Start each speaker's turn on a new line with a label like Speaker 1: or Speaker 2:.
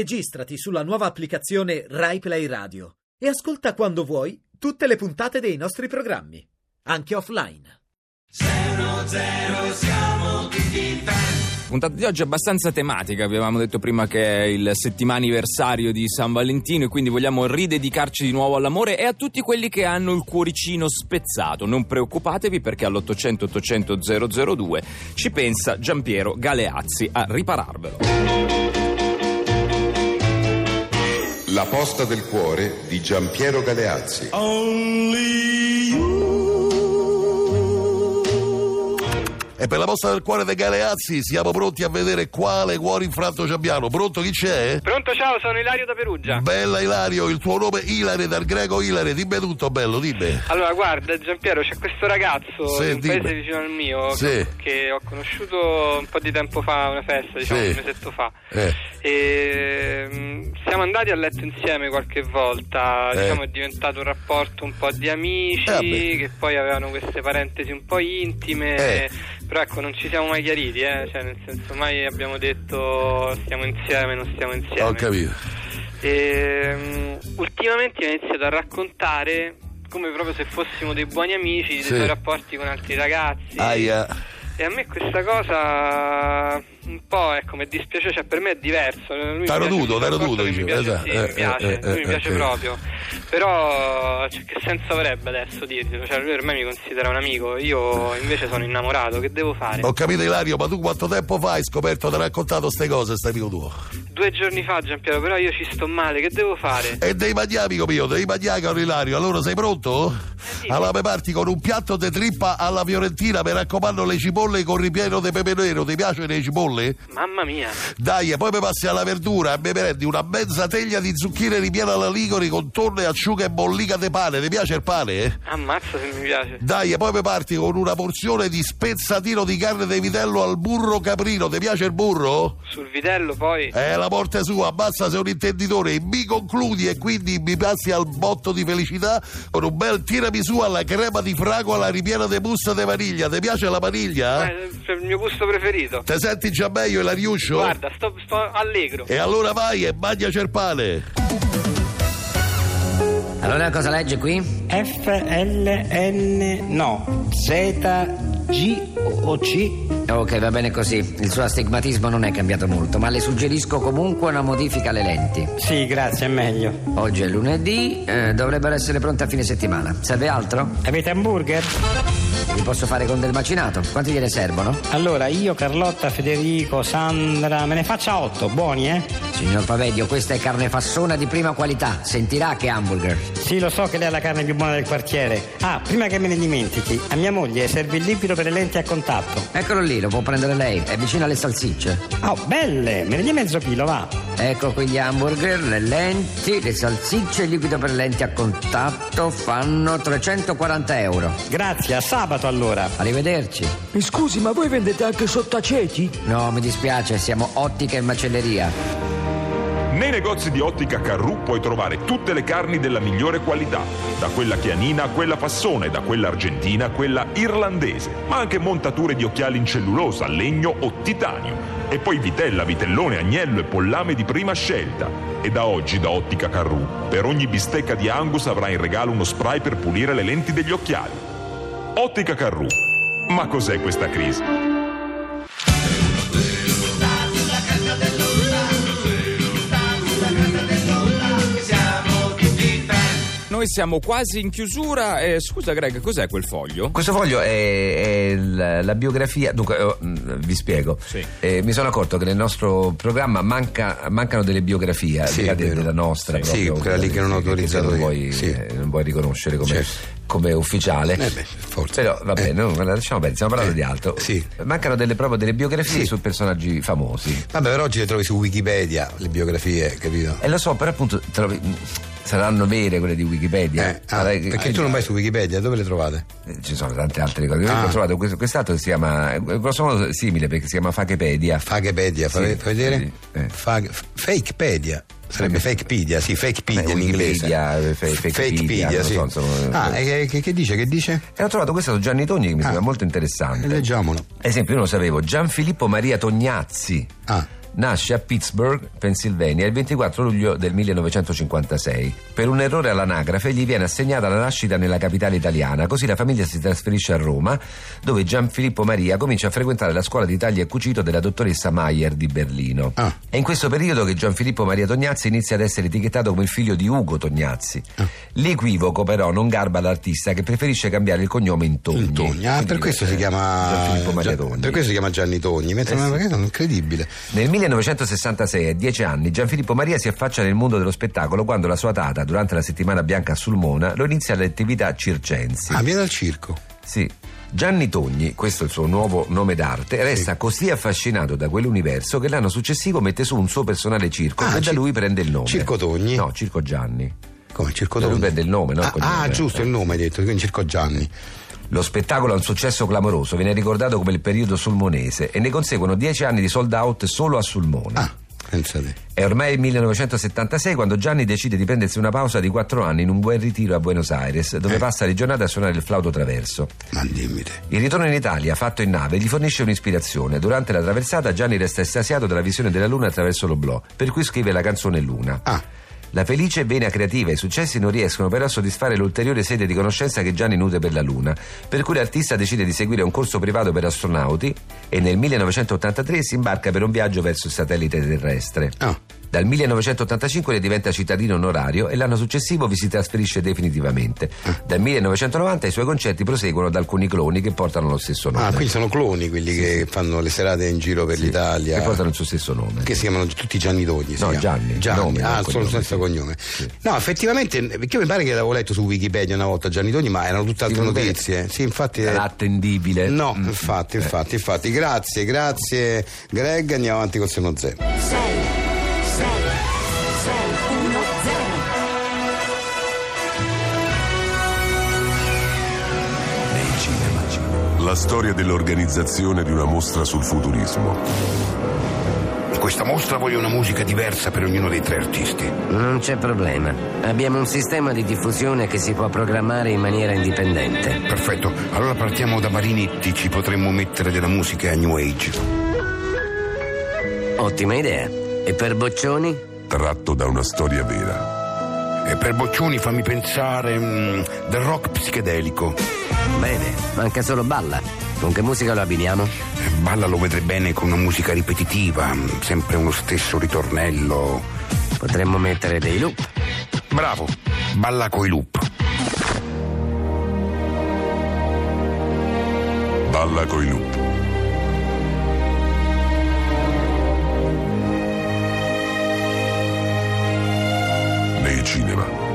Speaker 1: Registrati sulla nuova applicazione RaiPlay Radio e ascolta quando vuoi tutte le puntate dei nostri programmi, anche offline.
Speaker 2: puntata di oggi è abbastanza tematica, avevamo detto prima che è il settimaniversario di San Valentino e quindi vogliamo ridedicarci di nuovo all'amore e a tutti quelli che hanno il cuoricino spezzato. Non preoccupatevi perché all'800 800 002 ci pensa Giampiero Galeazzi a ripararvelo.
Speaker 3: La posta del cuore di Giampiero Galeazzi.
Speaker 4: E per la posta del cuore dei Galeazzi siamo pronti a vedere quale cuore infranto ci abbiamo. Pronto chi c'è?
Speaker 5: Pronto, ciao, sono Ilario da Perugia.
Speaker 4: Bella Ilario, il tuo nome Ilare dal greco Ilare, dimmi tutto bello, dimmi.
Speaker 5: Allora, guarda, Giampiero, c'è questo ragazzo
Speaker 4: Sì,
Speaker 5: in un
Speaker 4: dimmi.
Speaker 5: paese vicino al mio
Speaker 4: Sì.
Speaker 5: che ho conosciuto un po' di tempo fa, a una festa, diciamo
Speaker 4: Sì.
Speaker 5: un mesetto fa.
Speaker 4: Eh.
Speaker 5: E, mm, siamo andati a letto insieme qualche volta,
Speaker 4: Eh.
Speaker 5: diciamo è diventato un rapporto un po' di amici
Speaker 4: Eh, beh.
Speaker 5: che poi avevano queste parentesi un po' intime,
Speaker 4: Eh.
Speaker 5: però ecco non ci siamo mai chiariti, eh? cioè nel senso mai abbiamo detto "Oh, stiamo insieme, non stiamo insieme.
Speaker 4: Ho capito.
Speaker 5: Ehm, ultimamente ho iniziato a raccontare come proprio se fossimo dei buoni amici dei
Speaker 4: Sì.
Speaker 5: suoi rapporti con altri ragazzi.
Speaker 4: Aia.
Speaker 5: E a me questa cosa un po' è come dispiace, cioè per me è diverso. Lui mi
Speaker 4: T'ha
Speaker 5: piace
Speaker 4: roduto,
Speaker 5: il
Speaker 4: t'ha
Speaker 5: rapporto
Speaker 4: roduto,
Speaker 5: che mi
Speaker 4: dicevo,
Speaker 5: piace,
Speaker 4: esatto.
Speaker 5: sì,
Speaker 4: Eh,
Speaker 5: mi piace,
Speaker 4: eh, eh,
Speaker 5: lui mi piace
Speaker 4: eh, eh.
Speaker 5: proprio. Però cioè, che senso avrebbe adesso dirglielo? Cioè lui ormai mi considera un amico, io invece sono innamorato, che devo fare?
Speaker 4: Ho capito Ilario, ma tu quanto tempo fa hai scoperto, ti ha raccontato queste cose, stai amico tuo?
Speaker 5: Due giorni fa Giampiero, però io ci sto male, che devo fare?
Speaker 4: E dei magnà, amico mio, dei magnà caro Ilario, allora sei pronto?
Speaker 5: sì.
Speaker 4: Allora mi parti con un piatto di trippa alla Fiorentina, mi raccomando le cipolle con ripieno di pepe nero, ti piacciono le cipolle?
Speaker 5: Mamma mia!
Speaker 4: Dai, e poi mi passi alla verdura e mi prendi una mezza teglia di zucchine ripiena alla ligori con tonne, acciughe e mollica di pane. Ti piace il pane? eh?
Speaker 5: Ammazza se mi piace.
Speaker 4: Dai, e poi mi parti con una porzione di spezzatino di carne di vitello al burro caprino. Ti piace il burro?
Speaker 5: Sul vitello poi.
Speaker 4: Eh, la morte sua, ammazza se è un intenditore. Mi concludi e quindi mi passi al botto di felicità con un bel tiramisù alla crema di fragola ripiena di musta di vaniglia. Ti piace la vaniglia?
Speaker 5: eh, cioè, il mio gusto preferito.
Speaker 4: Ti senti già meglio, Ilariuccio?
Speaker 5: Guarda, sto, sto allegro.
Speaker 4: E allora vai e mangiaci il pane.
Speaker 6: Allora cosa legge qui?
Speaker 7: FLN no ZG o C
Speaker 6: Ok, va bene così. Il suo astigmatismo non è cambiato molto, ma le suggerisco comunque una modifica alle lenti.
Speaker 7: Sì, grazie, è meglio.
Speaker 6: Oggi è lunedì, eh, dovrebbero essere pronte a fine settimana. Serve altro?
Speaker 7: Avete hamburger?
Speaker 6: Vi posso fare con del macinato. Quanti gliene servono?
Speaker 7: Allora, io, Carlotta, Federico, Sandra, me ne faccia otto, buoni, eh?
Speaker 6: Signor Pavedio, questa è carne fassona di prima qualità. Sentirà che è hamburger.
Speaker 7: Sì, lo so che lei è la carne più buona del quartiere. Ah, prima che me ne dimentichi, a mia moglie serve il liquido per le lenti a contatto.
Speaker 6: Eccolo lì, lo può prendere lei. È vicino alle salsicce.
Speaker 7: Oh, belle, me ne dia mezzo chilo, va.
Speaker 6: Ecco qui gli hamburger, le lenti, le salsicce e il liquido per lenti a contatto fanno 340 euro.
Speaker 7: Grazie, a sabato allora.
Speaker 6: Arrivederci.
Speaker 8: Mi scusi, ma voi vendete anche sottaceti?
Speaker 6: No, mi dispiace, siamo ottica e macelleria.
Speaker 9: Nei negozi di Ottica Carrù puoi trovare tutte le carni della migliore qualità, da quella chianina a quella fassone, da quella argentina a quella irlandese, ma anche montature di occhiali in cellulosa, legno o titanio. E poi vitella, vitellone, agnello e pollame di prima scelta. E da oggi da Ottica Carrù, per ogni bistecca di Angus avrai in regalo uno spray per pulire le lenti degli occhiali. Ottica Carrù. Ma cos'è questa crisi?
Speaker 2: Noi siamo quasi in chiusura. Eh, scusa Greg, cos'è quel foglio?
Speaker 10: Questo foglio è, è la, la biografia. Dunque, eh, mm, vi spiego.
Speaker 2: Sì.
Speaker 10: Eh, mi sono accorto che nel nostro programma manca- mancano delle biografie, al
Speaker 3: Sì,
Speaker 10: di là
Speaker 3: è
Speaker 10: de-
Speaker 3: vero.
Speaker 10: della nostra.
Speaker 3: Sì,
Speaker 10: proprio,
Speaker 3: quella lì che non ho
Speaker 10: sì,
Speaker 3: autorizzato
Speaker 10: non
Speaker 3: io.
Speaker 10: vuoi,
Speaker 3: Sì.
Speaker 10: eh, non vuoi riconoscere come,
Speaker 3: Certo.
Speaker 10: come ufficiale.
Speaker 3: Eh beh, forza.
Speaker 10: Però, vabbè,
Speaker 3: Eh.
Speaker 10: non, lasciamo perdere, stiamo parlando
Speaker 3: Eh,
Speaker 10: di altro.
Speaker 3: sì.
Speaker 10: Mancano delle, proprio delle biografie
Speaker 3: Sì.
Speaker 10: su personaggi famosi.
Speaker 3: Vabbè, però oggi le trovi su Wikipedia, le biografie, capito?
Speaker 10: E Eh, lo so, però appunto trovi- mm, saranno vere quelle di Wikipedia.
Speaker 3: Eh, ah,
Speaker 10: Sarai-
Speaker 3: perché tu non vai su Wikipedia, dove le trovate?
Speaker 10: Eh, Ci sono tante altre cose. Io
Speaker 3: Ah.
Speaker 10: Ho trovato questo- quest'altro che si chiama, eh, grosso modo simile perché si chiama Fakepedia.
Speaker 3: Fakepedia, fa,
Speaker 10: Sì,
Speaker 3: fa vedere?
Speaker 10: sì, eh.
Speaker 3: Fag- f- fakepedia. Sarebbe fakepedia, sì, fakepedia
Speaker 10: Beh,
Speaker 3: in inglese.
Speaker 10: Wikipedia, eh, fa- fakepedia, non
Speaker 3: sì.
Speaker 10: lo so, insomma,
Speaker 3: ah, e che, che dice? Che dice?
Speaker 10: E ho trovato questo su Gianni Togni che mi sembra molto interessante.
Speaker 3: Ah. Eh, Leggiamolo.
Speaker 10: Ad esempio, io non lo sapevo, Gianfilippo Maria Tognazzi.
Speaker 3: Ah.
Speaker 2: nasce a Pittsburgh, Pennsylvania, il 24 luglio del 1956. Per un errore all'anagrafe gli viene assegnata la nascita nella capitale italiana, così la famiglia si trasferisce a Roma, dove Gianfilippo Maria comincia a frequentare la scuola di taglio e cucito della dottoressa Mayer di Berlino.
Speaker 3: Ah.
Speaker 2: È in questo periodo che Gianfilippo Maria Tognazzi inizia ad essere etichettato come il figlio di Ugo Tognazzi.
Speaker 3: Ah.
Speaker 2: L'equivoco però non garba l'artista che preferisce cambiare il cognome in Togni.
Speaker 3: Il Togni, ah,
Speaker 2: Quindi
Speaker 3: per questo
Speaker 2: eh,
Speaker 3: si chiama
Speaker 2: Gianfilippo Maria
Speaker 3: Gia-
Speaker 2: Togni.
Speaker 3: Per questo si chiama Gianni Togni, mentre
Speaker 2: Eh
Speaker 3: ma
Speaker 2: sì.
Speaker 3: perché sono incredibile.
Speaker 2: Nel 1966, a dieci anni, Gianfilippo Maria si affaccia nel mondo dello spettacolo quando la sua tata, durante la settimana bianca a Sulmona, lo inizia alle attività circensi.
Speaker 3: Ah, viene dal circo.
Speaker 2: Sì. Gianni Togni, questo è il suo nuovo nome d'arte, resta così affascinato da quell'universo che l'anno successivo mette su un suo personale circo
Speaker 3: Ah,
Speaker 2: e da
Speaker 3: ci-
Speaker 2: lui prende il nome.
Speaker 3: Circo Togni?
Speaker 2: No, Circo Gianni.
Speaker 3: Come il circo
Speaker 2: Lui
Speaker 3: Togni?
Speaker 2: prende il nome, no?
Speaker 3: Ah,
Speaker 2: Con il
Speaker 3: ah,
Speaker 2: nome.
Speaker 3: giusto, il nome hai detto, quindi circo Gianni.
Speaker 2: Lo spettacolo ha un successo clamoroso, viene ricordato come il periodo sulmonese e ne conseguono dieci anni di sold out solo a Sulmona.
Speaker 3: Ah, pensate.
Speaker 2: È ormai il 1976 quando Gianni decide di prendersi una pausa di quattro anni in un buon ritiro a Buenos Aires, dove
Speaker 3: Eh.
Speaker 2: passa le giornate a suonare il flauto traverso.
Speaker 3: Ma dimmi te.
Speaker 2: Il ritorno in Italia, fatto in nave, gli fornisce un'ispirazione. Durante la traversata Gianni resta estasiato dalla visione della luna attraverso l'oblò, per cui scrive la canzone Luna.
Speaker 3: Ah,
Speaker 2: La felice vena creativa e i successi non riescono però a soddisfare l'ulteriore sede di conoscenza che Gianni nutre per la Luna, per cui l'artista decide di seguire un corso privato per astronauti e nel 1983 si imbarca per un viaggio verso il satellite terrestre.
Speaker 3: ah.
Speaker 2: Dal 1985 ne diventa cittadino onorario e l'anno successivo vi si trasferisce definitivamente.
Speaker 3: Ah.
Speaker 2: Dal 1990 i suoi concerti proseguono da alcuni cloni che portano lo stesso nome.
Speaker 3: Ah, quindi sono cloni quelli che fanno le serate in giro per
Speaker 2: Sì,
Speaker 3: l'Italia.
Speaker 2: Che portano il suo stesso nome.
Speaker 3: eh, Che si chiamano tutti Gianni Togni. si
Speaker 2: No,
Speaker 3: chiama.
Speaker 2: Gianni,
Speaker 3: Gianni.
Speaker 2: nome,
Speaker 3: ah,
Speaker 2: non
Speaker 3: solo
Speaker 2: cognome,
Speaker 3: il stesso
Speaker 2: sì.
Speaker 3: cognome.
Speaker 2: Sì.
Speaker 3: No, effettivamente, perché mi pare che l'avevo letto su Wikipedia una volta Gianni Togni, ma erano tutt'altre
Speaker 2: Dicono bene.
Speaker 3: notizie. Sì, infatti.
Speaker 2: Era attendibile.
Speaker 3: No,
Speaker 2: Mm.
Speaker 3: infatti, infatti, infatti. Grazie, grazie Greg, andiamo avanti col seno zero.
Speaker 11: 6 6 6 1 0
Speaker 12: La storia dell'organizzazione di una mostra sul futurismo.
Speaker 9: In questa mostra voglio una musica diversa per ognuno dei tre artisti.
Speaker 10: Non c'è problema. Abbiamo un sistema di diffusione che si può programmare in maniera indipendente.
Speaker 9: Perfetto, allora partiamo da Marinetti, ci potremmo mettere della musica New Age.
Speaker 10: Ottima idea. E per Boccioni?
Speaker 12: Tratto da una storia vera.
Speaker 9: E per Boccioni fammi pensare mm, del rock psichedelico.
Speaker 10: Bene, manca solo Balla. Con che musica lo abbiniamo?
Speaker 9: Eh, Balla lo vedrei bene con una musica ripetitiva, mm, sempre uno stesso ritornello.
Speaker 10: Potremmo mettere dei loop.
Speaker 9: Bravo, balla coi loop.
Speaker 12: Balla coi loop. Nei cinema.